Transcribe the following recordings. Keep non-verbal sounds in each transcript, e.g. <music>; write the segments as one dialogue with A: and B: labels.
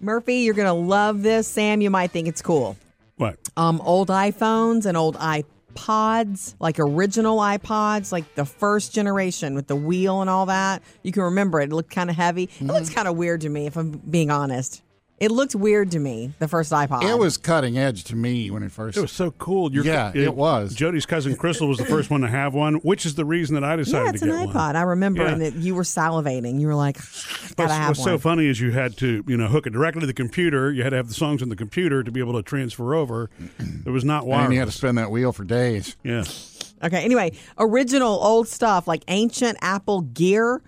A: Murphy, you're going to love this. Sam, you might think it's cool.
B: What?
A: Um, old iPhones and old iPods, like original iPods, like the first generation with the wheel and all that. You can remember it. It looked kind of heavy.
B: Mm-hmm.
A: It looks kind of weird to me, if I'm being honest. It looked weird to me, the first iPod.
C: It was cutting edge to me when it first.
B: It was so cool.
C: Yeah, it was.
B: Jody's cousin Crystal was the first one to have one, which is the reason that I decided
A: Yeah, it's
B: to
A: an
B: get
A: iPod.
B: one.
A: I remember,
B: Yeah.
A: and that you were salivating. You were like, <sighs> "Gotta
B: What's,
A: have
B: what's
A: one."
B: so funny is you had to, you know, hook it directly to the computer. You had to have the songs on the computer to be able to transfer over. It was not
C: and
B: wireless.
C: you had to spin that wheel for days.
B: yeah.
A: Okay. Anyway, original old stuff like ancient Apple gear,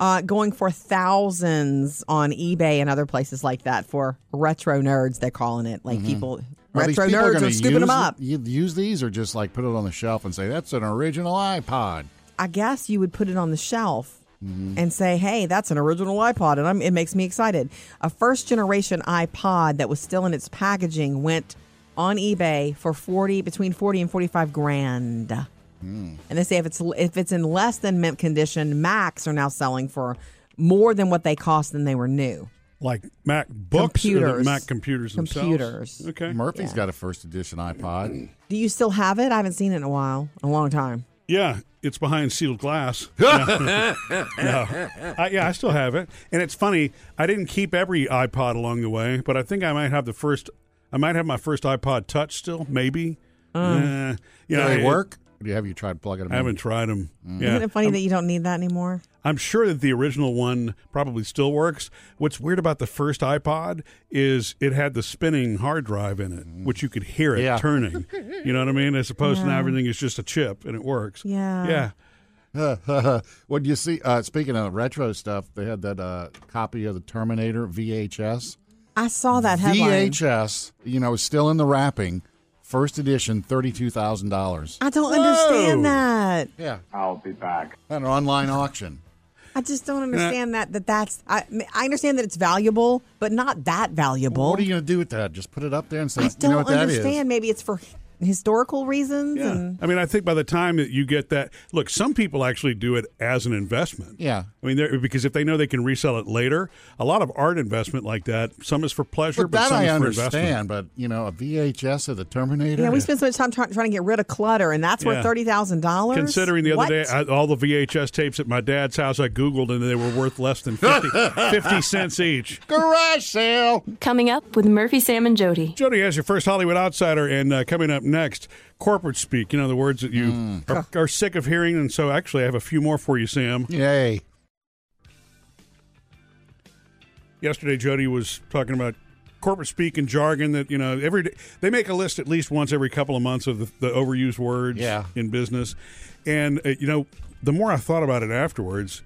A: uh, going for thousands on eBay and other places like that for retro nerds. They're calling it like
C: Mm-hmm.
A: people
C: Are these
A: retro
C: people
A: nerds
C: gonna
A: are scooping them
C: use-
A: up.
C: You use these, or just like put it on the shelf and say that's an original iPod.
A: I guess you would put it on the shelf and say, "Hey, that's an original iPod," and I'm, it makes me excited. A first generation iPod that was still in its packaging went on eBay for forty between forty and forty five grand. And they say if it's if it's in less than mint condition, Macs are now selling for more than what they cost than they were new.
B: Like Mac books or the
A: Computers.
B: Mac computers themselves?
A: Computers.
B: Okay.
C: Murphy's got a first
A: <clears throat>
C: edition iPod.
A: Do you still have it? I haven't seen it in a while, a long time.
B: Yeah, it's behind sealed
C: <laughs>
B: glass. no, <laughs> I, yeah, I still have it, and it's funny. I didn't keep every iPod along the way, but I think I might have the first. I might have my first iPod Touch still, maybe. Uh, you
C: Do
B: know,
C: they
B: I-
C: work? Mm. Or do you have you tried plugging them?
B: I haven't tried them. Yeah,
A: Isn't it funny that you don't need that anymore?
B: I'm sure that the original one probably still works. What's weird about the first iPod is it had the spinning hard drive in it, which you could hear it
C: Mm. Yeah. <laughs>
B: turning. You know what I mean? As opposed to now everything is just a chip and it works.
A: Yeah.
B: Yeah.
C: <laughs> In? what do you see? Uh, speaking of retro stuff, they had that uh, copy of the Terminator VHS.
A: I saw that headline.
C: VHS, you know, is still in the wrapping. First edition, thirty-two thousand dollars.
A: I don't understand
B: Whoa.
A: that.
C: Yeah,
D: I'll be back.
C: at an online auction.
A: I just don't understand that. That that's I, I understand that it's valuable, but not that valuable.
C: What are you going to do with that? Just put it up there and say,
A: I
C: you
A: don't
C: know what that is?
A: understand. Maybe it's for historical reasons. And
B: I mean, I think by the time that you get that, look, some people actually do it as an investment.
C: Yeah.
B: I mean, they're- because if they know they can resell it later, a lot of art investment like that, some is for pleasure,
C: But
B: but,
C: that
B: some
C: I
B: is for investment.
C: understand, but you know, a VHS of the Terminator.
A: yeah, we spend so much time try, trying to get rid of clutter, and that's worth
B: Yeah.
A: thirty thousand dollars.
B: Considering the other day, I, all the VHS tapes at my dad's house, I Googled and they were worth less than
C: <laughs>
B: 50, 50 cents each.
C: garage sale.
E: Coming up with Murphy, Sam, and Jody.
B: Jody has your first Hollywood Outsider, and uh, coming up next, corporate speak. You know, the words that you
C: Mm.
B: are, are sick of hearing. And so, actually, I have a few more for you, Sam.
C: Yay!
B: Yesterday, Jody was talking about corporate speak and jargon that you know every day, they make a list at least once every couple of months of the, the overused words
C: Yeah.
B: in business, and uh, you know the more I thought about it afterwards.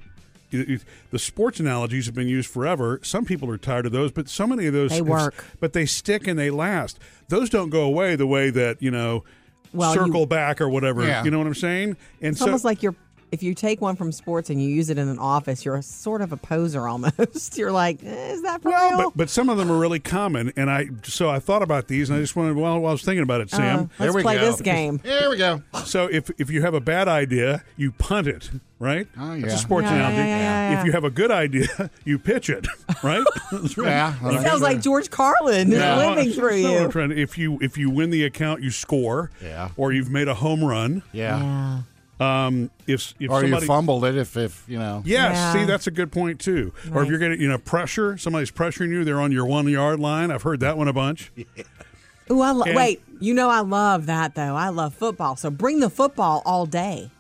B: it- it- The sports analogies have been used forever. Some people are tired of those, but so many of those
A: They
B: have-
A: work.
B: but they stick and they last. Those don't go away the way that you know,
A: Well, you-
B: circle back or whatever.
C: Yeah.
B: You know what I'm saying? And
A: it's
B: so,
A: almost like you're. If you take one from sports and you use it in an office, you're a sort of a poser <laughs> almost. You're like, eh, is that for
B: Well,
A: real?
B: but, but some of them are really common, and I so I thought about these, and I just wanted. Well, while I was thinking about it, Sam.
A: Let's
C: There we
A: play
C: go.
A: this game.
C: <laughs> Here we go.
B: So if if you have a bad idea, you punt it, right?
C: Oh,
B: That's a
C: yeah.
B: sports
A: Yeah, yeah,
B: analogy.
A: yeah, yeah, yeah.
B: If you have a good idea, <laughs> you pitch it, right? That's right.
C: Yeah, I like
A: Sounds like George Carlin is
B: Yeah.
A: living
B: That's
A: through
B: not what I'm
A: you.
B: trying to- If you if you win the account, you score.
C: Yeah.
B: Or you've made a home run.
C: Yeah.
A: Yeah.
B: Um. If if
C: Or
B: somebody.
C: you fumbled it if if you know.
B: Yes,
A: Yeah.
B: see that's a good point too. Or if
A: Right.
B: you're getting, you know, pressure, somebody's pressuring you, they're on your one yard line. I've heard that one a bunch.
A: Ooh, I lo-
B: And-
A: wait. You know, I love that though. I love football. So bring the football all day.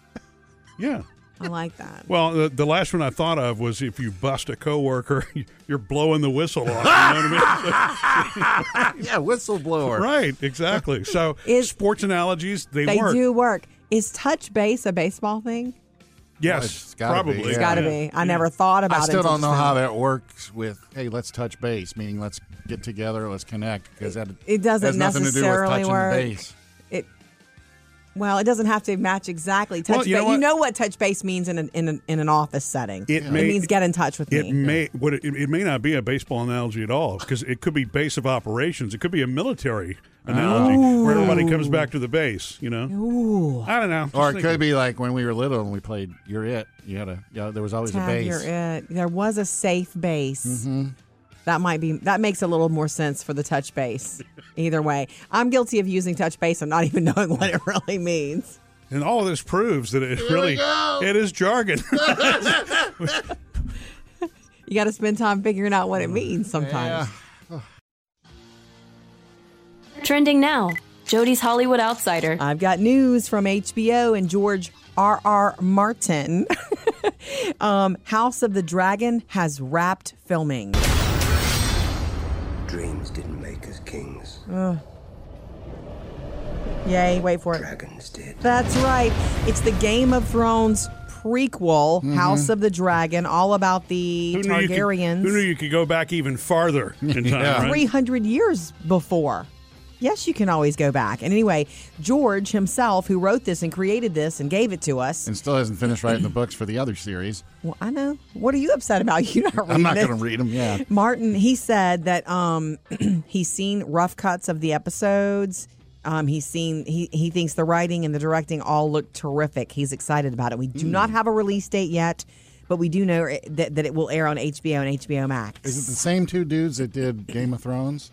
B: Yeah.
A: I like that.
B: Well, the, the last one I thought of was if you bust a coworker, <laughs> you're blowing the whistle off. You know what
C: <laughs>
B: I
C: Yeah, whistleblower.
B: mean? right, exactly. So
A: <laughs> Is-
B: sports analogies they,
A: They
B: work.
A: do work. Is touch base a baseball thing?
B: Yes,
C: It's gotta be,
B: probably.
C: yeah. It's
A: Got to be. I never thought about
C: I
A: it.
C: still
A: until
C: don't know
A: just
C: how
A: now.
C: that works with hey, let's touch base, meaning let's get together, let's connect because that
A: It doesn't
C: has nothing to do with
A: necessarily
C: touching
A: work.
C: the base.
A: It. Well, it doesn't have to match exactly. Touch
B: Well, you know
A: base. You
B: what?
A: know what touch base means in an in an, in an office setting.
B: It may-
A: means get in touch with
B: It
A: me.
B: may what it, it may not be a baseball analogy at all because it could be base of operations. It could be a military analogy where everybody comes back to the base. You know,
A: Ooh.
B: I don't know. Just
C: Or it
B: thinking.
C: could be like when we were little and we played "You're It." You had a, Mm-hmm. you know, there was always a
A: Tab,
C: base.
A: you're it. There was a safe base. That might be that makes a little more sense for the touch
C: <laughs>
A: base. Either way, I'm guilty of using touch base and not even <laughs> knowing what it really means.
B: And all of this proves that it really it is jargon. <laughs>
A: You got to spend time figuring out what it means sometimes.
E: Trending now Jody's Hollywood Outsider.
A: I've got news from HBO and George R. R. Martin. <laughs> um, House of the Dragon has wrapped filming.
D: Dreams didn't make us kings.
A: Yay! Wait for it.
D: Dragons did.
A: That's right. It's the Game of Thrones prequel, House of the Dragon, all about the
B: Who knew you could-
A: Targaryens.
B: who knew you could go back even farther in time?
C: Yeah.
B: right?
A: 300 years before. Yes, you can always go back. And anyway, George himself, who wrote this and created this and gave it to us.
C: and still hasn't finished writing the books for the other series.
A: Well, I know. What are you upset about? <laughs> You're not reading
C: I'm not
A: it.
C: going to read them. Yeah.
A: Martin, he said that um, <clears throat> he's seen rough cuts of the episodes. Um, he's seen he, he thinks the writing and the directing all look terrific. He's excited about it. We do
C: Hmm.
A: not have a release date yet, but we do know it- that, that it will air on HBO and HBO Max.
C: Is it the same two dudes that did Game of Thrones?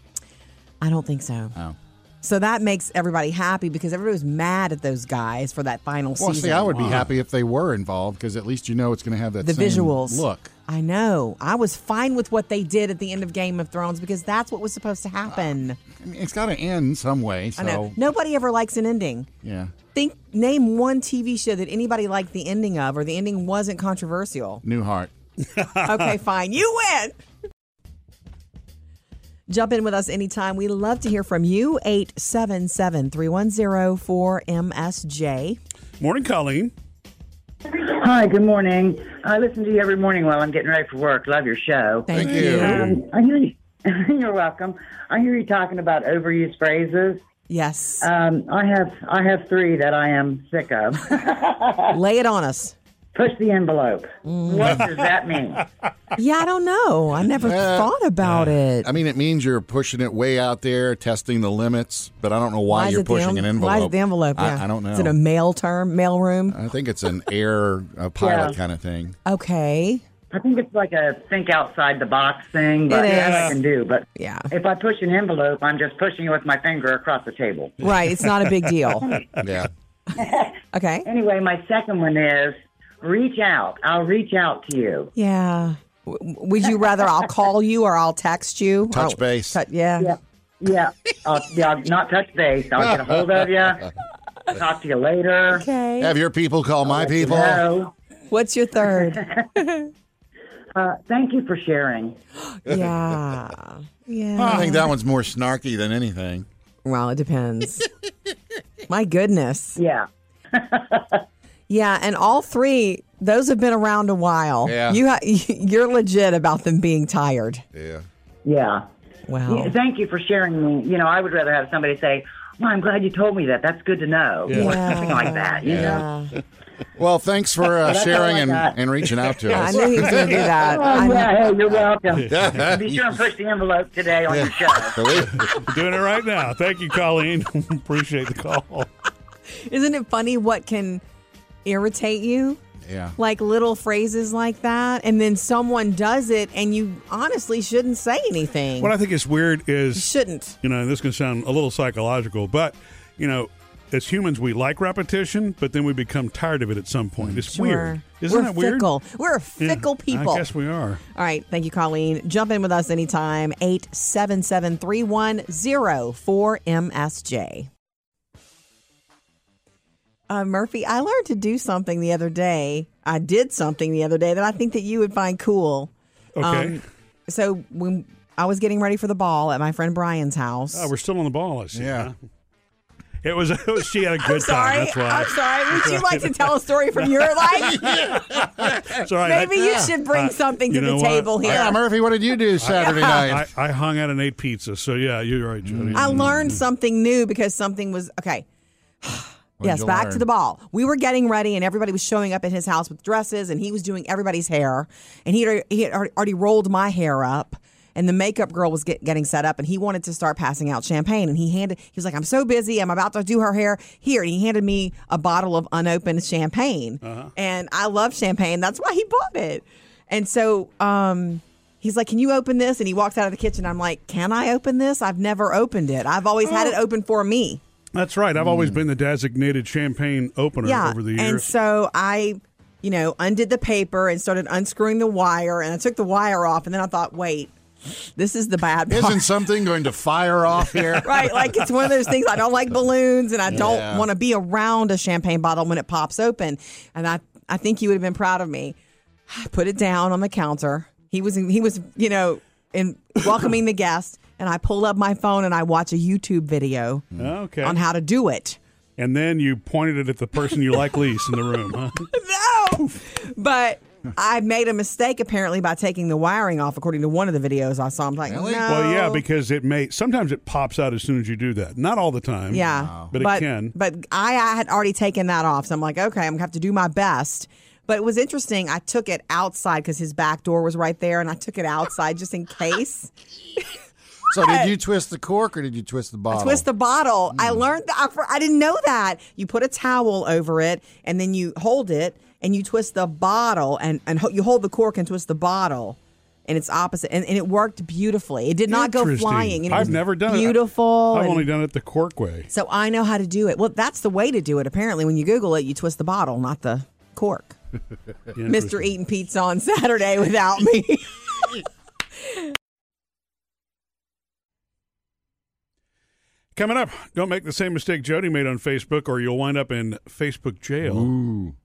A: I don't think so.
C: Oh.
A: So that makes everybody happy because everybody was mad at those guys for that final
C: Well,
A: season.
C: see, I would be happy if they were involved because at least you know it's going to have that
A: the
C: same
A: visuals.
C: look.
A: I know. I was fine with what they did at the end of Game of Thrones because that's what was supposed to happen.
C: I mean, it's got to end some way. Ah, So
A: I know. Nobody ever likes an ending.
C: yeah,
A: Think name one TV show that anybody liked the ending of or the ending wasn't
C: <laughs>
A: controversial.
C: new heart.
A: okay, fine. You win. Jump in with us anytime. We love to hear from you. 877 310 4MSJ.
B: Morning, Colleen.
F: Hi, good morning. I listen to you every morning while I'm getting ready for work. Love your show.
A: Thank,
C: Thank you.
F: Um, I hear you. <laughs> You're welcome. I hear you talking about overused phrases.
A: Yes.
F: Um, I have I have three that I am sick of. <laughs>
A: Lay it on us.
F: Push the envelope.
A: Mm.
F: What does that mean?
A: Yeah, I don't know. I never thought about it.
C: I mean, it means you're pushing it way out there, testing the limits, but I don't know why,
A: is
C: you're
A: it the
C: pushing
A: en-
C: an envelope.
A: Why is it the envelope?
C: I,
A: yeah.
C: I don't know.
A: Is it a mail term, mail room?
C: I think it's an air a pilot
F: Yeah.
C: kind of thing.
A: Okay.
F: I think it's like a think outside the box thing, but
A: It is.
F: that I can do. But
A: Yeah.
F: if I push an envelope, I'm just pushing it with my finger across the table.
A: Right. It's not a big
F: <laughs>
A: deal.
C: Yeah.
A: Okay.
F: Anyway, my second one is reach out. I'll reach out to you.
A: Yeah. W- Would you rather I'll call you or I'll text you?
C: Touch
A: Oh,
C: base.
A: tou- yeah.
F: Yeah, yeah. I'll, yeah, I'll not touch base. I'll get a hold of you. Talk to you later.
A: Okay.
C: Have your people call my people.
F: No.
A: What's your
C: <laughs>
A: third?
F: Uh, thank you for sharing.
A: yeah.
C: I
A: Yeah.
C: think that one's more snarky than anything.
A: Well, it depends. My goodness.
F: Yeah.
A: Yeah, and all three those have been around a while.
C: Yeah.
A: You ha- <laughs> you're legit about them being tired.
C: Yeah.
F: Yeah.
A: Wow.
F: Yeah, Thank you for sharing me. You know, I would rather have somebody say, well, I'm glad you told me that. That's good to know. Or something like that. You know?
A: Yeah.
C: Well, thanks for uh,
F: all
C: sharing
F: I
C: and,
F: got.
C: and reaching out to
A: I
C: us.
A: knew
C: <laughs>
A: he was going to do that. I
F: <laughs>
A: knew-
F: Oh, yeah. Hey, you're welcome. Be sure and push the envelope today on your show.
B: Doing it right now. Thank you, Colleen. <laughs> Appreciate the call.
A: Isn't it funny what can irritate you?
C: yeah.
A: Like little phrases like that, and then someone does it, and you honestly shouldn't say anything.
B: What I think is weird
A: you
B: is,
A: shouldn't.
B: you know, and this can sound a little psychological, but, you know, as humans, we like repetition, but then we become tired of it at some point. It's weird.
A: Sure.
B: Isn't
A: We're
B: that weird?
A: Fickle. We're a
B: Yeah,
A: fickle people.
B: I guess we are.
A: All right. Thank you, Colleen. Jump in with us anytime. 877 msj Uh, Murphy, I learned to do something the other day. I did something the other day that I think that you would find cool.
B: Okay.
A: Um, so when I was getting ready for the ball at my friend Brian's house.
B: Oh, we're still on the ball, I see.
C: Yeah.
B: It was, <laughs> it was she had a good
A: I'm sorry.
B: time. That's why.
A: I'm sorry. Would you like to tell a story from <laughs> your life?
B: It's all right. I-
A: Maybe you should bring something
B: Uh, you
A: to the
B: know what?
A: table here.
C: Yeah, Murphy, what did you do Saturday
B: I,
C: night? Mm.
B: I hung out and ate pizza. So, yeah, you're right, Jody.
A: I
B: Mm.
A: learned something new because something was okay.
C: What'd
A: yes,
C: you
A: back
C: learn?
A: to the ball. We were getting ready, and everybody was showing up at his house with dresses, and he was doing everybody's hair, and he had, he had already- already rolled my hair up. And the makeup girl was get, getting set up, and he wanted to start passing out champagne. And he handed, he was like, "I'm so busy, I'm about to do her hair here." And he handed me a bottle of unopened champagne, and I love champagne. That's why he bought it. And so, um, He's like, "Can you open this?" And he walks out of the kitchen. I'm like, "Can I open this? I've never opened it. I've always had it open for me."
B: That's right. I've
C: Mm.
B: always been the designated champagne opener
A: Yeah.
B: over the
A: And
B: years.
A: so I, you know, undid the paper and started unscrewing the wire, and I took the wire off, and then I thought, "Wait, this is the bad part."
C: Isn't something going to fire off here?
A: <laughs> Right, like it's one of those things. I don't like balloons, and I don't
C: Yeah.
A: want to be around a champagne bottle when it pops open. And I, I think you would have been proud of me. I put it down on the counter. He was, he was, you know, in welcoming the guest, and I pull up my phone and I watch a YouTube video
B: okay.
A: on how to do it.
B: and then you pointed it at the person you like least in the room, huh?
A: No, but. I made a mistake apparently by taking the wiring off, according to one of the videos I saw. I'm like,
C: Really?
A: no.
B: Well, yeah, because it may sometimes it pops out as soon as you do that. Not all the time.
A: Yeah.
B: But, it can.
A: But I, I had already taken that off. So I'm like, okay, I'm going to have to do my best. But it was interesting. I took it outside because his back door was right there, and I took it outside just in case.
C: So did you twist the cork or did you twist the bottle?
A: Twist the bottle.
B: Mm.
A: I learned that. I, for- I didn't know that. You put a towel over it, and then you hold it, and you twist the bottle, and, and ho- you hold the cork and twist the bottle. And it's opposite, and, and it worked beautifully. It did not go
B: Interesting.
A: flying. and it
B: I've
A: was
B: never done
A: beautiful.
B: it. I've
A: and-
B: only done it the cork way.
A: So I know how to do it. Well, that's the way to do it. Apparently, when you Google it, you twist the bottle, not the cork. Mr.
C: Uh,
B: Interesting.
A: Eating Pizza on <laughs> Saturday without <laughs> me.
B: Coming up, don't make the same mistake Jody made on Facebook, or you'll wind up in Facebook jail.
C: Ooh.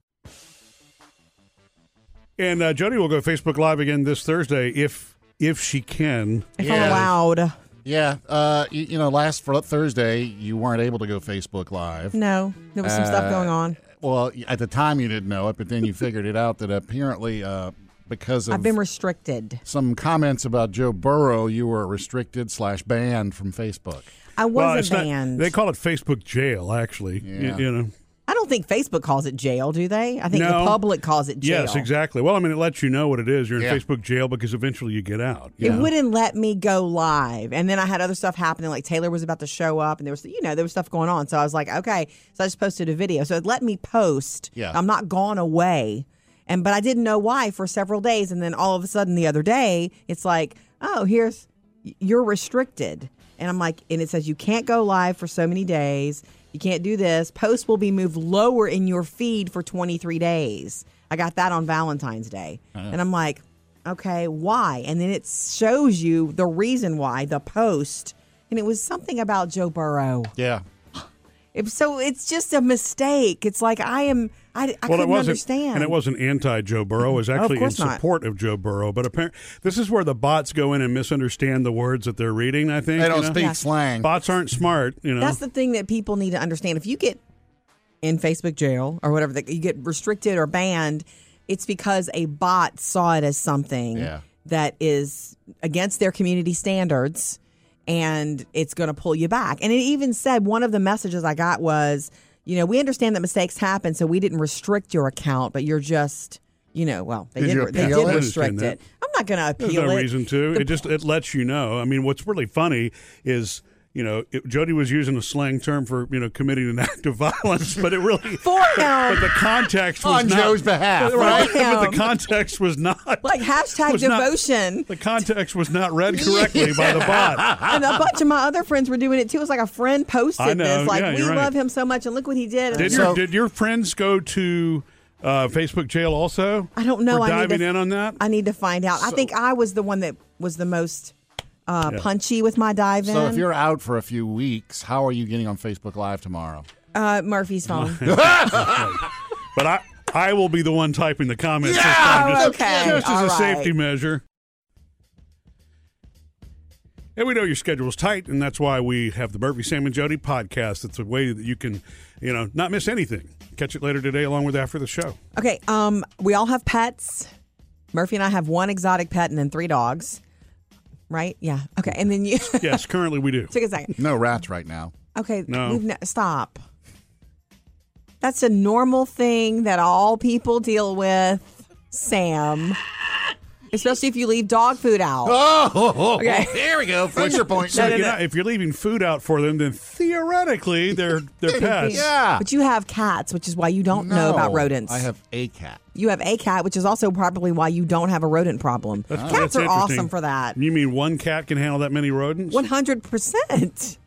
B: And uh, Jody will go Facebook Live again this Thursday if if she can.
A: if
C: Yeah.
A: I'm allowed.
C: Yeah. Uh, you, you know, last fr- Thursday, you weren't able to go Facebook Live.
A: No, there was some
C: Uh,
A: stuff going on.
C: Well, at the time you didn't know it, but then you figured it out that apparently uh, because of
A: I've
B: um,
A: been restricted.
C: some comments about Joe Burrow, you were restricted slash banned from Facebook.
A: I was
B: Well,
A: a
B: it's not-
A: banned.
B: they call it Facebook jail, actually. Y-
C: Yeah.
B: you know.
A: I don't think Facebook calls it jail, do they? I think
B: No.
A: the public calls it jail.
B: Yes, exactly. Well, I mean, it lets you know what it is. You're in
C: Yeah.
B: Facebook jail because eventually you get out. you
A: It
B: know?
A: wouldn't let me go live, and then I had other stuff happening. Like Taylor was about to show up, and there was, you know, there was stuff going on. So I was like, okay. So I just posted a video. So it let me post.
C: Yeah.
A: I'm not gone away, and but I didn't know why for several days, and then all of a sudden the other day, it's like, oh, here's you're restricted, and I'm like, and it says you can't go live for so many days. You can't do this. Posts will be moved lower in your feed for 23 days. I got that on Valentine's Day, and I'm like. Okay, why? And then it shows you the reason why, the post. And it was something about Joe Burrow.
C: Yeah.
A: It, so it's just a mistake. It's like I am, I, I
B: Well, it
A: couldn't
B: wasn't,
A: understand.
B: and it wasn't anti Joe Burrow. It was actually in
A: course not.
B: support of Joe Burrow. But apparently, this is where the bots go in and misunderstand the words that they're reading. I think
C: They don't
B: you know?
C: speak slang.
B: Bots aren't smart. You know,
A: That's the thing that people need to understand. If you get in Facebook jail or whatever, that you get restricted or banned, it's because a bot saw it as something
C: Yeah.
A: that is against their community standards and it's going to pull you back. And it even said one of the messages I got was, you know, we understand that mistakes happen, so we didn't restrict your account, but you're just, you know, well, they
C: Did
A: did,
C: you
A: they
C: appeal
A: did
C: it? I
A: restrict
B: understand that.
A: it. I'm not going to
B: There's
A: appeal
B: no
A: it.
B: reason to. it just it lets you know. I mean, what's really funny is you know it, Jody was using a slang term for you know committing an act of <laughs> violence, but it really
A: <laughs> For him.
B: But the context was
C: On
B: not-
C: Joe's behalf,
B: right?
A: For
B: <laughs> But
A: him.
B: the context was not
A: Like hashtag
B: was not-
A: devotion.
B: the context was
A: <laughs>
B: not read correctly by the bot.
A: and a bunch of my other friends were doing it too. It was like a friend
B: I
A: posted
B: know.
A: this, like
B: Yeah,
A: we
B: you're right.
A: love him so much, and look what he did. And
B: Did
A: I'm
B: your
A: like,
B: did your friends go to uh, Facebook jail also?
A: I don't know.
B: For
A: I need
B: diving
A: to-
B: in on that.
A: I need to find out. I think I was the one that was the most uh, punchy with my dive in.
C: So if you're out for a few weeks, how are you getting on Facebook Live tomorrow?
A: uh, Murphy's
B: <laughs>
A: phone.
B: but I I will be the one typing the comments. this time,
A: oh,
B: just-
A: okay.
B: just as
A: all
B: a
A: right.
B: safety measure. And we know your schedule's tight, and that's why we have the Murphy Sam and Jody podcast. It's a way that you can, you know, not miss anything. Catch it later today, along with after the show.
A: Okay. Um, we all have pets. Murphy and I have one exotic pet and then three dogs. Right? Yeah. Okay. And then you <laughs>
B: Yes, currently we do.
A: took a second.
C: No rats right now.
A: Okay.
B: No.
A: We've ne- stop. That's a normal thing that all people deal with, Sam. Especially if you leave dog food out.
C: <laughs> Oh,
A: Okay.
C: there we go. Finger point.
B: So, you know, if you're leaving food out for them, then theoretically they're they're pets.
C: Yeah.
A: But you have cats, which is why you don't know about
C: No,
A: rodents.
C: I have a cat.
A: You have a cat, which is also probably why you don't have a rodent problem. Cats
B: Oh, That's
A: are
B: interesting.
A: awesome for that.
B: You mean one cat can handle that many rodents?
A: One hundred percent.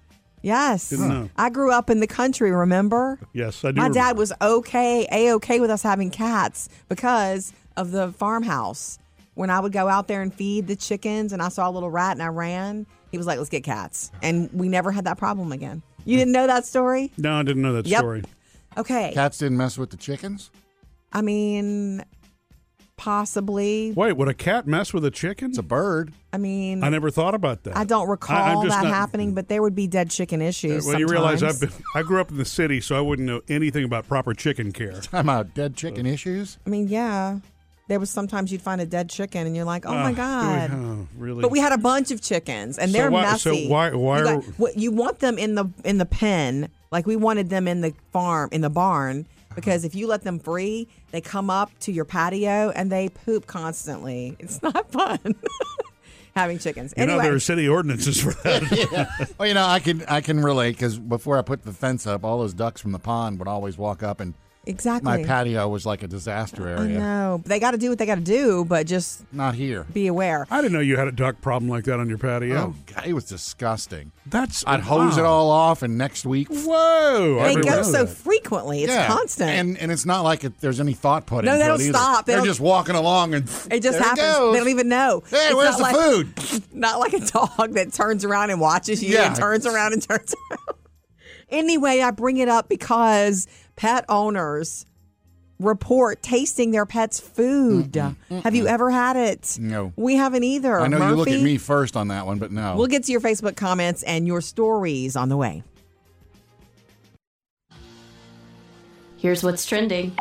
A: Yes.
B: Didn't know.
A: I grew up in the country, remember?
B: Yes, I do.
A: My
B: remember.
A: dad was okay, a okay with us having cats because of the farmhouse. When I would go out there and feed the chickens and I saw a little rat and I ran, he was like, let's get cats. And we never had that problem again. You didn't know that story?
B: No, I didn't know that
A: Yep.
B: story.
A: Okay.
C: Cats didn't mess with the chickens.
A: I mean, possibly.
B: Wait, would a cat mess with a chicken?
C: It's a bird. <laughs>
A: I mean,
B: I never thought about that.
A: I don't recall
B: I'm just
A: that
B: not-
A: happening, but there would be dead chicken
B: Well,
A: issues.
B: you realize I've
A: sometimes.
B: been, I grew up in the city, so I wouldn't know anything about proper chicken care.
C: I'm out. Dead chicken issues.
A: I mean, yeah. There was sometimes you'd find a dead chicken and you're like, oh
B: Ah,
A: my
B: do we-
A: God.
B: oh, really?
A: But we had a bunch of chickens, and
B: So
A: they're
B: why- so
A: messy.
B: why- why
A: you,
B: are-
A: what- you want them in the in the pen? Like we wanted them in the farm in the barn because if you let them free, they come up to your patio and they poop constantly. It's <laughs> not fun having chickens.
B: you know
A: anyway,
B: there are city ordinances for
A: <laughs>
B: that.
C: Well, you know, I can I can relate because before I put the fence up, all those ducks from the pond would always walk up, and
A: exactly.
C: my patio was like a disaster
A: I
C: area.
A: know they got to do what they got to do, but just
C: Not here.
A: be aware.
B: I didn't know you had a duck problem like that on your patio.
C: Oh, God, it was disgusting.
B: That's
C: I'd hose
B: wow.
C: it all off, and next week,
B: Whoa! I
A: They
B: didn't
A: go
B: know
A: so
B: that.
A: frequently; it's
C: yeah,
A: constant.
C: and and it's not like it, there's any thought put
A: No,
C: into
A: they
C: it
A: don't
C: either.
A: stop. They
C: They're
A: don't-
C: just walking along, and
A: it just
C: there
A: happens.
C: goes.
A: They don't even know.
C: Hey,
A: It's
C: where's
A: not
C: the
A: like-
C: food?
A: not like a dog that turns around and watches you
C: Yeah.
A: and turns around and turns <laughs> around. anyway, I bring it up because pet owners report tasting their pet's food. Have you ever had it?
C: No.
A: We haven't either.
C: I know you look at
A: Murphy,
C: me first on that one, but no.
A: We'll get to your Facebook comments and your stories on the way.
E: Here's what's trending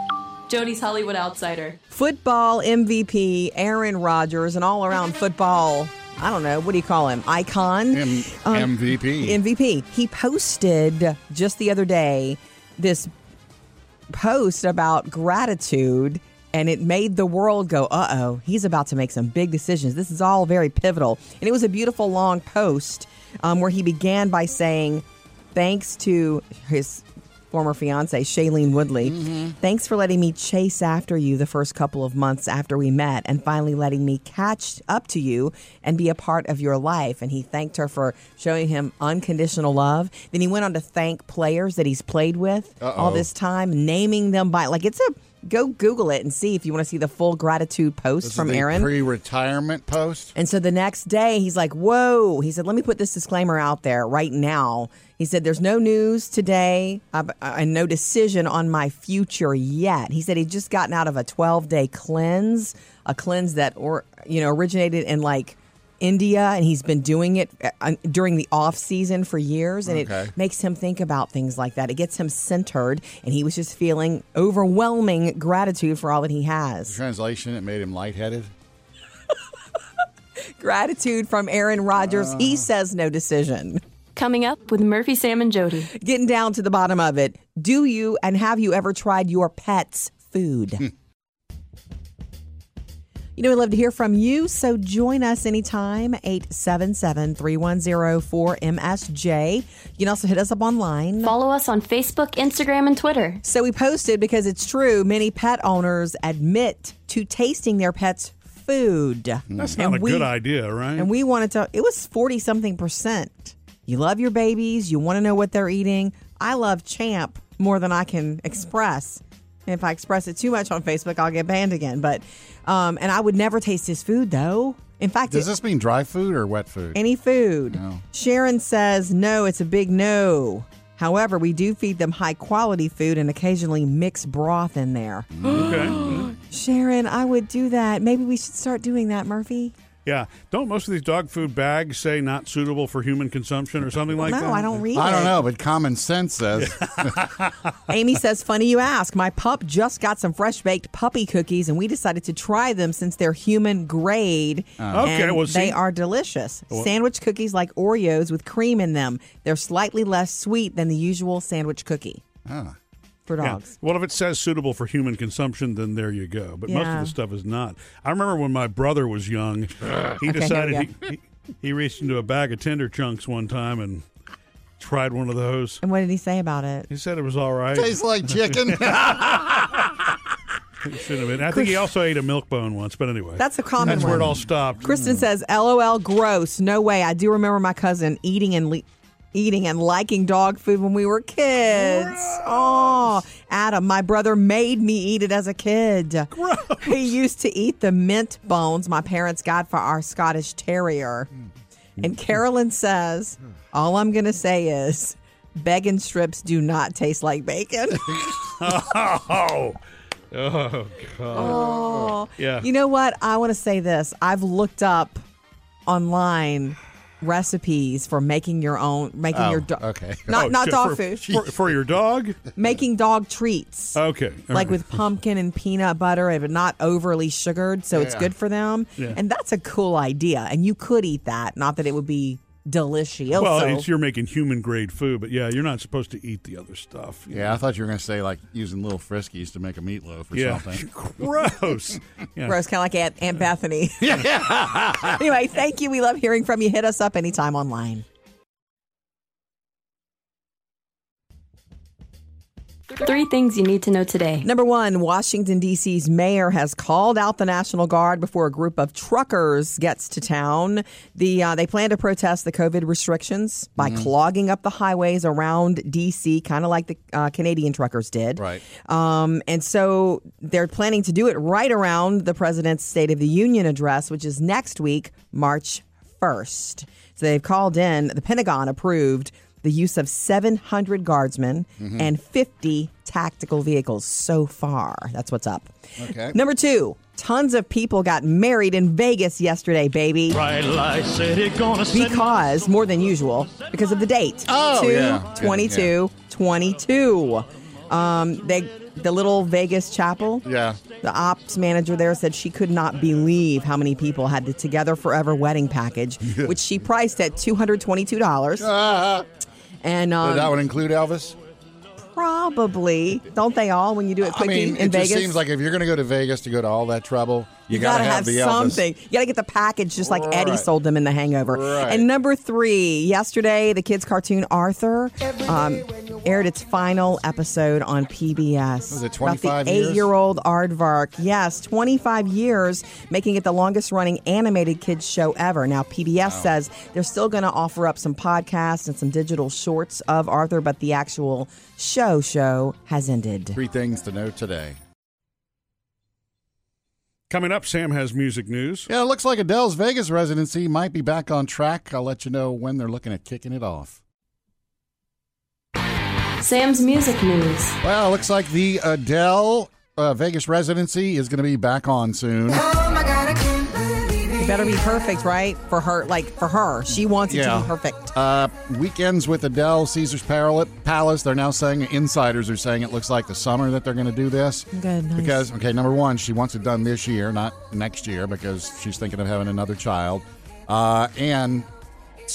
E: Jody's Hollywood Outsider.
A: Football MVP Aaron Rodgers, an all around football, I don't know, what do you call him? Icon? Um,
C: M- MVP.
A: MVP. He posted just the other day this post about gratitude, and it made the world go, uh oh, he's about to make some big decisions. This is all very pivotal. And it was a beautiful long post um, where he began by saying, thanks to his former fiance, Shailene Woodley, thanks for letting me chase after you the first couple of months after we met and finally letting me catch up to you and be a part of your life. And he thanked her for showing him unconditional love. Then he went on to thank players that he's played with all this time, naming them by like it's a go Google it and see if you want to see the full gratitude post
C: This is
A: from
C: the
A: Aaron.
C: pre-retirement post.
A: And so the next day, he's like, Whoa. He said, Let me put this disclaimer out there right now. He said, There's no news today uh, and no decision on my future yet. He said he'd just gotten out of a 12 day cleanse, a cleanse that or you know originated in like India, and he's been doing it uh, during the off season for years, and
C: Okay.
A: it makes him think about things like that. It gets him centered, and he was just feeling overwhelming gratitude for all that he has.
C: Translation, it made him lightheaded.
A: Gratitude from Aaron Rodgers. he
B: Ah.
A: says no decision.
E: Coming up with Murphy, Sam, and Jody.
A: Getting down to the bottom of it. Do you and have you ever tried your pet's food?
B: Hmm.
A: you know, we love to hear from you, so join us anytime, 877-310-4MSJ. You can also hit us up online.
E: Follow us on Facebook, Instagram, and Twitter.
A: So we posted because it's true, many pet owners admit to tasting their pet's food.
B: Hmm. That's not
A: And
B: a
A: we-
B: good idea, right?
A: and we wanted to it was 40 something percent you love your babies you want to know what they're eating i love champ more than i can express and if i express it too much on facebook i'll get banned again but um and i would never taste his food though in fact
C: Does
A: it-
C: this mean dry food or wet food?
A: any food sharon says no it's a big no however we do feed them high quality food and occasionally mix broth in there
C: Mm.
B: okay.
A: sharon i would do that maybe we should start doing that murphy
B: Yeah. Don't most of these dog food bags say not suitable for human consumption or something like
A: no
B: that?
A: i don't read
C: I
A: it.
C: don't know, but common sense
A: <laughs>
C: says
A: Amy says, funny you ask. My pup just got some fresh baked puppy cookies, and we decided to try them since they're human grade.
B: Okay,
A: and
B: well,
A: they
B: see-
A: are delicious. Sandwich cookies like Oreos with cream in them. They're slightly less sweet than the usual sandwich cookie for
B: Yeah.
A: dogs.
B: Well, if it says suitable for human consumption, then there you go. But most of
A: Yeah.
B: the stuff is not. I remember when my brother was
A: <laughs>
B: young, he decided he, he, he reached into a bag of Tender Chunks one time and tried one of those.
A: And what did he say about it? <laughs>
B: He said it was all right.
C: tastes like chicken.
B: It shouldn't have been. I think he also ate a milk bone once, but anyway.
A: That's a common
B: That's where it
A: one.
B: all stopped. <laughs>
A: Kristen says, "LOL, gross. No way. I do remember my cousin eating and le- eating and liking dog food when we were kids. Oh, Adam, my brother made me eat it as a kid. Gross. He used to eat the mint bones my parents got for our Scottish terrier." And Carolyn says, "All I'm going to say is." Bacon strips do not taste like bacon.
B: Oh. Oh, God.
A: Oh,
B: Yeah.
A: You know what? I want to say this. I've looked up online recipes for making your own, making your dog.
C: okay.
A: <laughs> Not
B: Oh,
A: not
B: shit,
A: dog
B: <laughs> for,
A: food.
B: For, for your dog?
A: making dog treats.
B: Oh, Okay. all
A: Like
B: right.
A: with pumpkin and peanut butter, but not overly sugared, so it's
C: Yeah.
A: good for them.
B: Yeah.
A: And that's a cool idea. And you could eat that. Not that it would be delicioso.
B: Well, it's, you're making human grade food, but yeah, you're not supposed to eat the other stuff. you
C: Yeah, I thought you were going to say like using little friskies to make a meatloaf or
B: Yeah. <laughs>
C: something.
B: Gross. Yeah.
A: Gross, kind of like Aunt, Aunt
B: <laughs>
A: Bethany. <laughs> anyway, thank you. We love hearing from you. Hit us up anytime online.
E: Three things you need to know today.
A: Number one, Washington, D.C.'s mayor has called out the National Guard before a group of truckers gets to town. The uh, They plan to protest the COVID restrictions by clogging up the highways around D.C., kind of like the uh, Canadian truckers did.
C: Right.
A: Um, and so they're planning to do it right around the president's State of the Union address, which is next week, March 1st. So they've called in, the Pentagon approved the use of 700 guardsmen and 50 tactical vehicles so far. That's what's up.
C: Okay.
A: Number two, tons of people got married in Vegas yesterday, baby.
G: Bright light city gonna set
A: Because more than usual, because of the date.
C: Oh,
A: Two,
C: yeah. Yeah,
A: 22, 22. Um, they, the little Vegas chapel.
C: Yeah.
A: The ops manager there said she could not believe how many people had the Together Forever wedding
C: <laughs>
A: package, which she priced at two hundred twenty-two dollars.
C: Ah,
A: and
C: but that
A: um,
C: would include Elvis.
A: probably don't they all when you do it
C: I
A: quickie
C: mean,
A: in
C: it
A: Vegas?
C: just seems like if you're going to go to Vegas to go to all that trouble, you,
A: You
C: got
A: gotta,
C: to
A: have,
C: the Elvis.
A: something. You gotta get the package, just like Eddie
C: Right.
A: sold them in The Hangover.
C: Right.
A: And number three, yesterday the kids' cartoon Arthur um, aired its final episode on PBS.
C: Was it
A: About
C: 25
A: the
C: years?
A: eight-year-old Aardvark. Yes, 25 years, making it the longest-running animated kids show ever. Now PBS says they're still gonna offer up some podcasts and some digital shorts of Arthur, but the actual show show has ended.
C: Three things to know today.
B: Coming up, Sam has music news.
C: Yeah, it looks like Adele's Vegas residency might be back on track. I'll let you know when they're looking at kicking it off.
E: Sam's music news.
C: Well, it looks like the Adele uh, Vegas residency is going to be back on soon.
A: It better be perfect, right? For her, like for her, she wants it to
C: Yeah.
A: be perfect.
C: Uh, weekends with Adele, Caesar's Pal- Palace. They're now saying insiders are saying it looks like the summer that they're going to do this.
A: Good, nice.
C: Because okay, number one, she wants it done this year, not next year, because she's thinking of having another child. Uh, and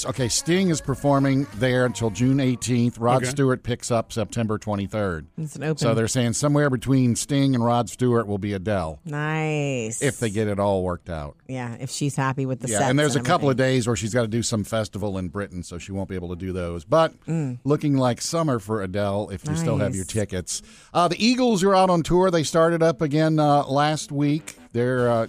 C: okay, Sting is performing there until June 18th. Rod
B: Okay.
C: Stewart picks up September 23rd.
A: It's an open.
C: So they're saying somewhere between Sting and Rod Stewart will be Adele
A: nice.
C: if they get it all worked out.
A: yeah, if she's happy with the
C: Yeah,
A: sets
C: and there's a couple of
A: everything.
C: days where she's got to do some festival in Britain, so she won't be able to do those. But looking like summer for Adele if you still have
A: Nice.
C: your tickets. Uh, the Eagles are out on tour. They started up again uh, last week. Their uh,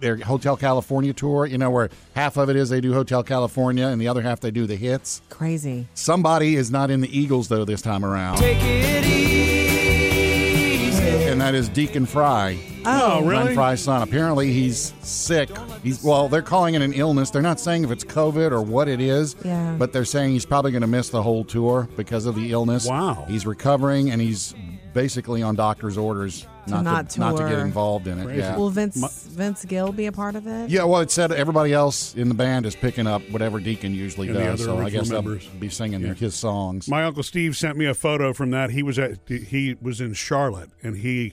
C: their Hotel California tour, you know, where half of it is they do Hotel California and the other half they do the hits.
A: Crazy.
C: Somebody is not in the Eagles though this time around. Take it easy. And that is Deacon Fry.
B: Oh,
C: Glenn
B: really?
C: Fry's son. Apparently, he's sick. He's well. They're calling it an illness. They're not saying if it's COVID or what it is.
A: Yeah.
C: But they're saying he's probably going to miss the whole tour because of the illness.
B: Wow.
C: He's recovering and he's basically on doctor's orders not
A: not
C: to, not to get
A: tour.
C: involved in it.
B: Crazy.
C: Yeah.
A: Will Vince Vince Gill be a part of it?
C: yeah, well, it said everybody else in the band is picking up whatever Deacon usually
B: And the
C: does,
B: other
C: so I
B: original
C: guess
B: members.
C: they'll be singing his songs.
B: My uncle Steve sent me a photo from that. He was at he was in Charlotte, and he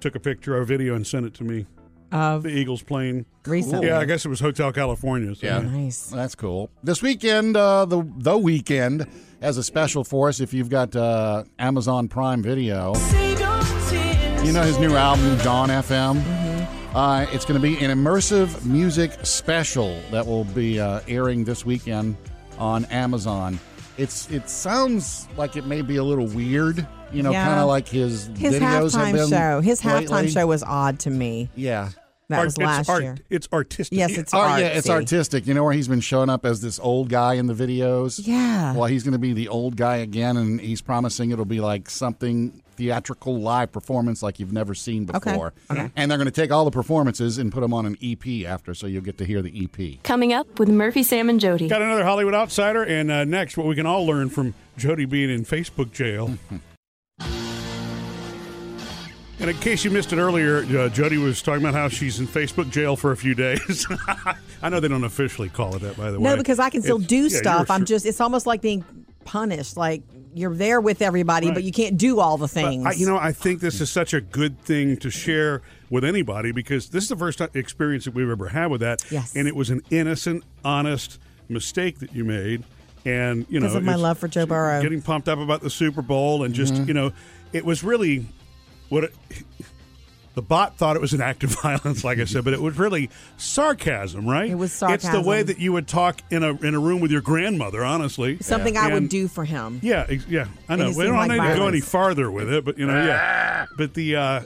B: took a picture or video and sent it to me.
A: Of
B: The Eagles playing.
A: recently.
B: Yeah, I guess it was Hotel California. So
C: Yeah.
A: Nice.
C: That's cool. This weekend, uh, the the weekend has a special for us. If you've got uh, Amazon Prime Video, you know his new album, Dawn FM.
A: Mm-hmm.
C: Uh, it's going to be an immersive music special that will be uh, airing this weekend on Amazon. It's it sounds like it may be a little weird, you know,
A: Yeah.
C: kind of like his
A: His
C: videos have
A: halftime
C: been
A: show. His
C: lately.
A: halftime show was odd to me.
C: Yeah.
A: That
B: Art-
A: was
B: it's,
A: last
B: art-
A: year.
B: it's artistic.
A: Yes, it's
C: Oh
A: artsy.
C: yeah, it's artistic. You know where he's been showing up as this old guy in the videos.
A: Yeah.
C: Well, he's going to be the old guy again, and he's promising it'll be like something theatrical live performance like you've never seen
A: Okay.
C: before.
A: Okay.
C: And they're going to take all the performances and put them on an EP after, so you'll get to hear the E EP.
E: Coming up with Murphy, Sam, and Jody.
B: Got another Hollywood outsider, and uh, next, what we can all learn from Jody being in Facebook jail. and in case you missed it earlier, uh, Jody was talking about how she's in Facebook jail for a few days. <laughs> I know they don't officially call it that, by the way.
A: No, because I can still
B: It's-
A: do
B: yeah, you're
A: stuff. I'm
B: sure-
A: just, it's almost like being punished. Like you're there with everybody,
B: Right.
A: but you can't do all the
B: But
A: things.
B: I, you know, I think this is such a good thing to share with anybody because this is the first ti- experience that we've ever had with that.
A: Yes.
B: And it was an innocent, honest mistake that you made. And, you know,
A: 'Cause of my
B: it's-
A: love for Joe Burrow. Mm-hmm.
B: Getting pumped up about the Super Bowl and just, you know, it was really what it, <laughs> the bot thought it was an act of <laughs> violence, like I said, but it was really sarcasm, right?
A: It was
B: It's the way
A: sarcasm.
B: that you would talk in a, in a room with your grandmother, honestly.
A: Something I would
B: And-
A: do for him. <laughs>
B: yeah, ex- yeah, I
A: They
B: know.
A: just
B: We don't
A: seem like
B: need to go
A: violence.
B: any farther with it, but you know, yeah. But the uh,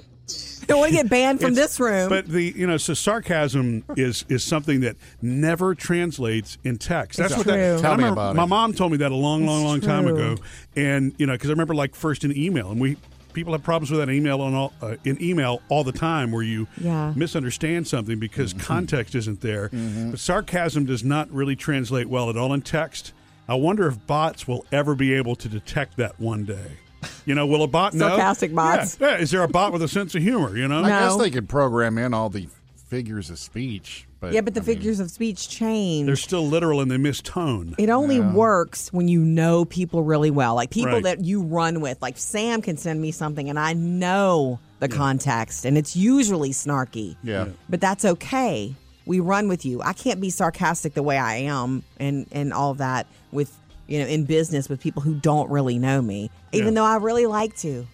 A: Don't want to get banned from
B: it's-
A: this room.
B: But the you know, so sarcasm is is something that never translates in text. That's
A: It's
B: what
A: true.
B: that.
A: Tell
B: I
C: me
B: remember
C: about it.
B: my mom told me that a long, long,
A: It's
B: long time
A: true.
B: ago, and you know, because I remember like first in email, and we people have problems with that email on all uh, in email all the time where you
A: Yeah.
B: misunderstand something because
C: Mm-hmm.
B: context isn't there. But sarcasm does not really translate well at all in text. I wonder if bots will ever be able to detect that one day. You know, will a bot know?
A: Sarcastic bots.
B: Yeah, yeah. Is there a bot with a sense of humor? You know,
C: I guess
A: No.
C: they could program in all the figures of speech. But
A: yeah, but the
C: I mean,
A: figures of speech change.
B: They're still literal and they miss tone.
A: It only works when you know people really well, like people
B: Right.
A: that you run with. Like Sam can send me something, and I know the context, and it's usually snarky.
C: Yeah.
A: but that's okay. We run with you. I can't be sarcastic the way I am, and and all that with you know in business with people who don't really know me, even
B: Yeah.
A: though I really like to.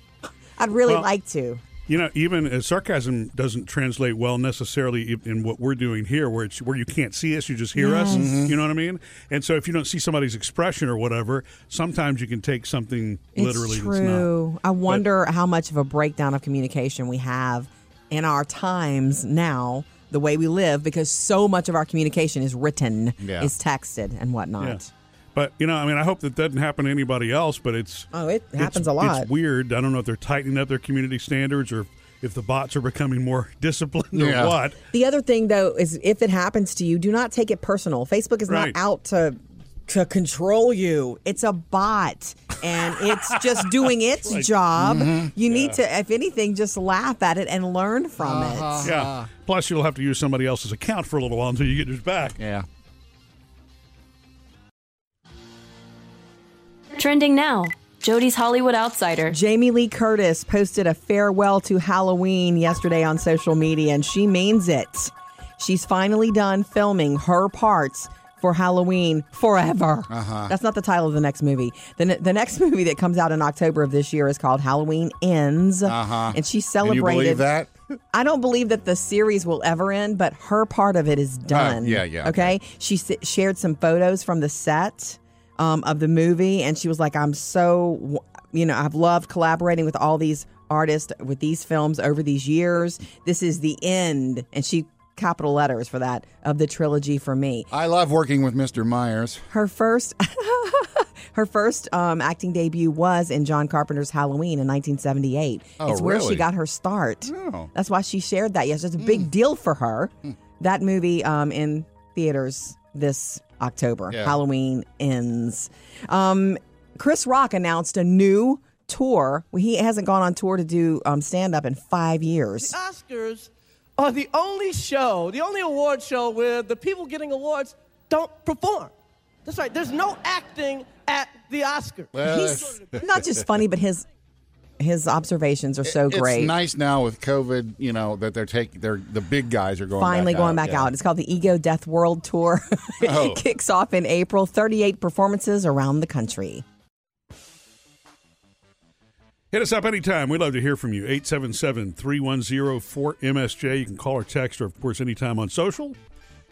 A: I'd really
B: Well-
A: like to.
B: You know, even uh, sarcasm doesn't translate well necessarily i- in what we're doing here, where it's where you can't see us, you just hear us.
A: Mm-hmm.
B: You know what I mean? And so, if you don't see somebody's expression or whatever, sometimes you can take something literally
A: it's
B: that's not.
A: true. I wonder how much of a breakdown of communication we have in our times now, the way we live, because so much of our communication is written,
C: Yeah.
A: is texted, and whatnot.
B: Yeah. But you know, I mean, I hope that doesn't happen to anybody else. But it's
A: Oh, it
B: it's-
A: happens a lot.
B: It's weird. I don't know if they're tightening up their community standards or if the bots are becoming more <laughs> disciplined
C: Yeah.
B: or what.
A: The other thing, though, is if it happens to you, do not take it personal. Facebook is
B: Right.
A: not out to to control you. It's a bot, and it's just
B: <laughs>
A: doing its job.
B: mm-hmm.
A: You need to, if anything, just laugh at it and learn from it.
B: Yeah. Plus, you'll have to use somebody else's account for a little while until you get yours back.
C: Yeah.
E: Trending now, Jody's Hollywood Outsider.
A: Jamie Lee Curtis posted a farewell to Halloween yesterday on social media, and she means it. She's finally done filming her parts for Halloween forever.
C: Uh-huh.
A: That's not the title of the next movie. The, ne- the next <laughs> movie that comes out in October of this year is called Halloween Ends, uh-huh. and she
C: Can you
A: celebrated.
C: believe that?
A: I don't believe that the series will ever end, but her part of it is done.
C: Uh, yeah, yeah,
A: Okay. She s- shared some photos from the set um, of the movie, and she was like, I'm so, w- you know, I've loved collaborating with all these artists with these films over these years. This is the end. And she, capital letters for that, of the trilogy for me.
C: I love working with Mr. Myers.
A: Her first, <laughs> her first um, acting debut was in John Carpenter's Halloween in 1978.
C: Oh,
A: it's where
C: really? Oh. Hmm.
A: she got her start. That's why she shared that. Yes, it's a big deal for her. That movie um, in theaters this October.
C: Yeah.
A: Halloween ends. Um, Chris Rock announced a new tour. He hasn't gone on tour to do um, stand up in five years.
H: Oscars are the only show, the only award show where the people getting awards don't perform. That's right. There's no acting at the Oscars.
C: Uh,
A: He's not just funny, but his his observations are so great.
C: It's nice now with COVID, you know, that they're taking they're the big guys are going
A: finally
C: back
A: going
C: out,
A: back
C: yeah.
A: out. It's called the Ego Death World Tour. <laughs> it
C: Oh.
A: kicks off in April. 38 performances around the country.
B: Hit us up anytime. We'd love to hear from you. 877 310 4MSJ. You can call or text, or of course, anytime on social.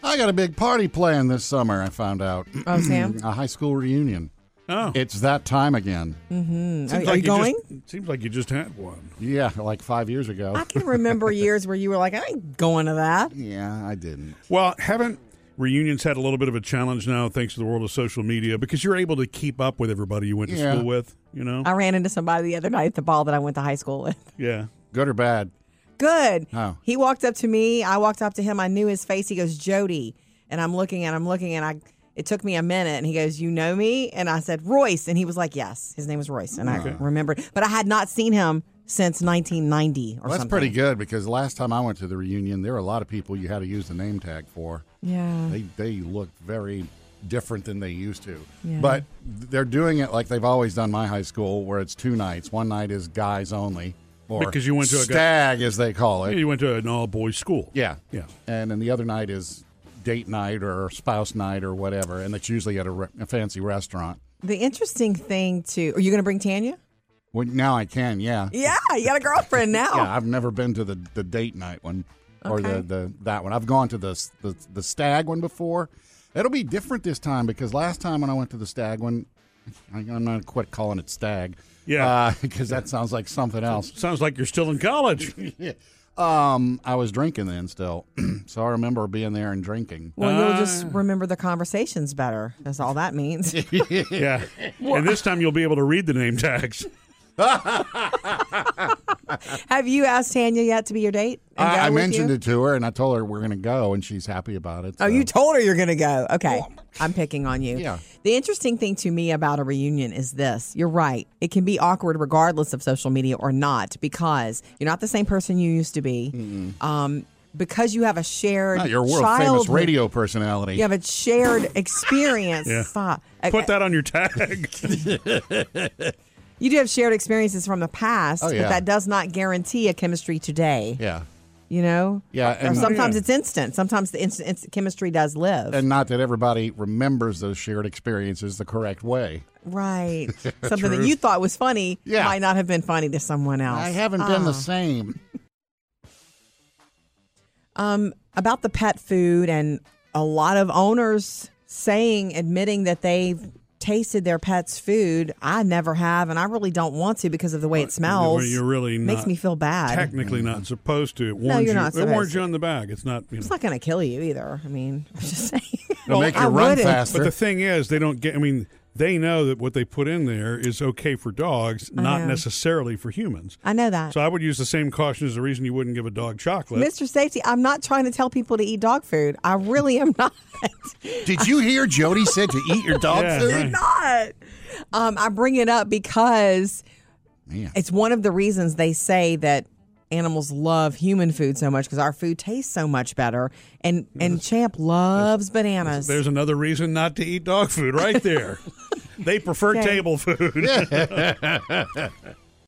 C: I got a big party planned this summer. I found out
A: <clears throat> Oh, Sam?
C: a high school reunion.
B: Oh.
C: It's that time again.
A: Mm. Are, are
B: Like
A: you going?
B: Just, seems like you just had one.
C: Yeah, like five years ago.
A: I can remember years where you were like, I ain't going to that.
C: yeah, I didn't.
B: Well, haven't reunions had a little bit of a challenge now, thanks to the world of social media, because you're able to keep up with everybody you went to
C: Yeah.
B: school with. You know,
A: I ran into somebody the other night at the ball that I went to high school with. <laughs>
B: yeah.
C: Good or bad?
A: Good.
C: Oh.
A: He walked up to me. I walked up to him. I knew his face. He goes, Jody. And I'm looking and I'm looking and I it took me a minute and he goes, You know me? And I said, Royce. And he was like, Yes. His name was Royce. And I remembered. But I had not seen him since nineteen ninety or
C: Well, that's
A: something.
C: pretty good because last time I went to the reunion, there were a lot of people you had to use the name tag for.
A: Yeah.
C: They they look very different than they used to.
A: Yeah.
C: But they're doing it like they've always done my high school, where it's two nights. One night is guys only, or
B: Because you went to a guy-
C: stag as they call it.
B: You went to an all boys school.
C: Yeah.
B: Yeah.
C: And then the other night is date night or spouse night or whatever. And it's usually at a, re- a fancy restaurant.
A: The interesting thing too are you gonna bring Tanya?
C: Well, now I can, yeah.
A: Yeah, you got a girlfriend now.
C: Yeah, I've never been to the, the date night one or the,
A: Okay.
C: the that one. I've gone to the, s- the the stag one before. It'll be different this time because last time when I went to the stag one, I, I'm going to quit calling it stag.
B: Yeah.
C: <laughs> Because that sounds like something else.
B: Sounds like you're still in
C: <laughs>
B: college.
C: Um, I was drinking then still. <clears throat> so I remember being there and drinking.
A: Well, you'll just remember the conversations better. That's all that means.
B: yeah. And this time you'll be able to read the name tags.
A: <laughs> Have you asked Tanya yet to be your date? and go
C: I, I
A: with
C: mentioned
A: you?
C: it to her, and I told her we're going to go, and she's happy about it.
A: Oh,
C: so.
A: you told her you're going to go. Okay. I'm picking on you.
C: Yeah.
A: The interesting thing to me about a reunion is this. You're right. It can be awkward regardless of social media or not because you're not the same person you used to be. Um, because you have a shared
C: Ah, you're a world famous
A: childhood-
C: radio personality.
A: You have a shared experience.
B: Yeah.
A: Stop.
B: Put that on your tag.
A: You do have shared experiences from the past,
C: Oh, yeah.
A: but that does not guarantee a chemistry today.
C: yeah,
A: You know?
C: Yeah,
A: Or
C: and-
A: sometimes
B: Yeah.
A: it's instant. Sometimes the instant, instant chemistry does live.
C: and not that everybody remembers those shared experiences the correct way.
A: <laughs>
C: <laughs>
A: Right. Something that you thought was funny
C: Yeah.
A: might not have been funny to someone else.
C: I haven't been
A: Ah.
C: the same.
A: Um, about the pet food and a lot of owners saying, admitting that they've tasted their pet's food. I never have, and I really don't want to because of the way it smells.
B: Well, you're really
A: makes
B: not
A: me feel bad.
B: Technically not supposed to. It warns
A: you're
B: you.
A: not
B: it warns
A: supposed
B: you on the back. It's not. You know.
A: it's not going to kill you either. I mean, I'm just <laughs> saying.
C: It'll make you
A: I
C: run
A: wouldn't.
C: faster.
B: But the thing is, they don't get. I mean, they know that what they put in there is okay for dogs,
C: Uh-huh.
B: not
A: know.
B: necessarily for humans.
A: I know that.
B: So I would use the same caution as the reason you wouldn't give a dog chocolate.
A: Mr. Safety, I'm not trying to tell people to eat dog food. I really am <laughs> not.
C: Did you hear Jody said to eat your dog
B: Yeah,
C: food?
B: right.
A: not. Um, I bring it up because
C: Man.
A: it's one of the reasons they say that animals love human food so much because our food tastes so much better. And and Champ loves bananas.
B: There's another reason not to
C: <laughs>
B: eat dog food right there. they prefer
A: Okay.
B: table food.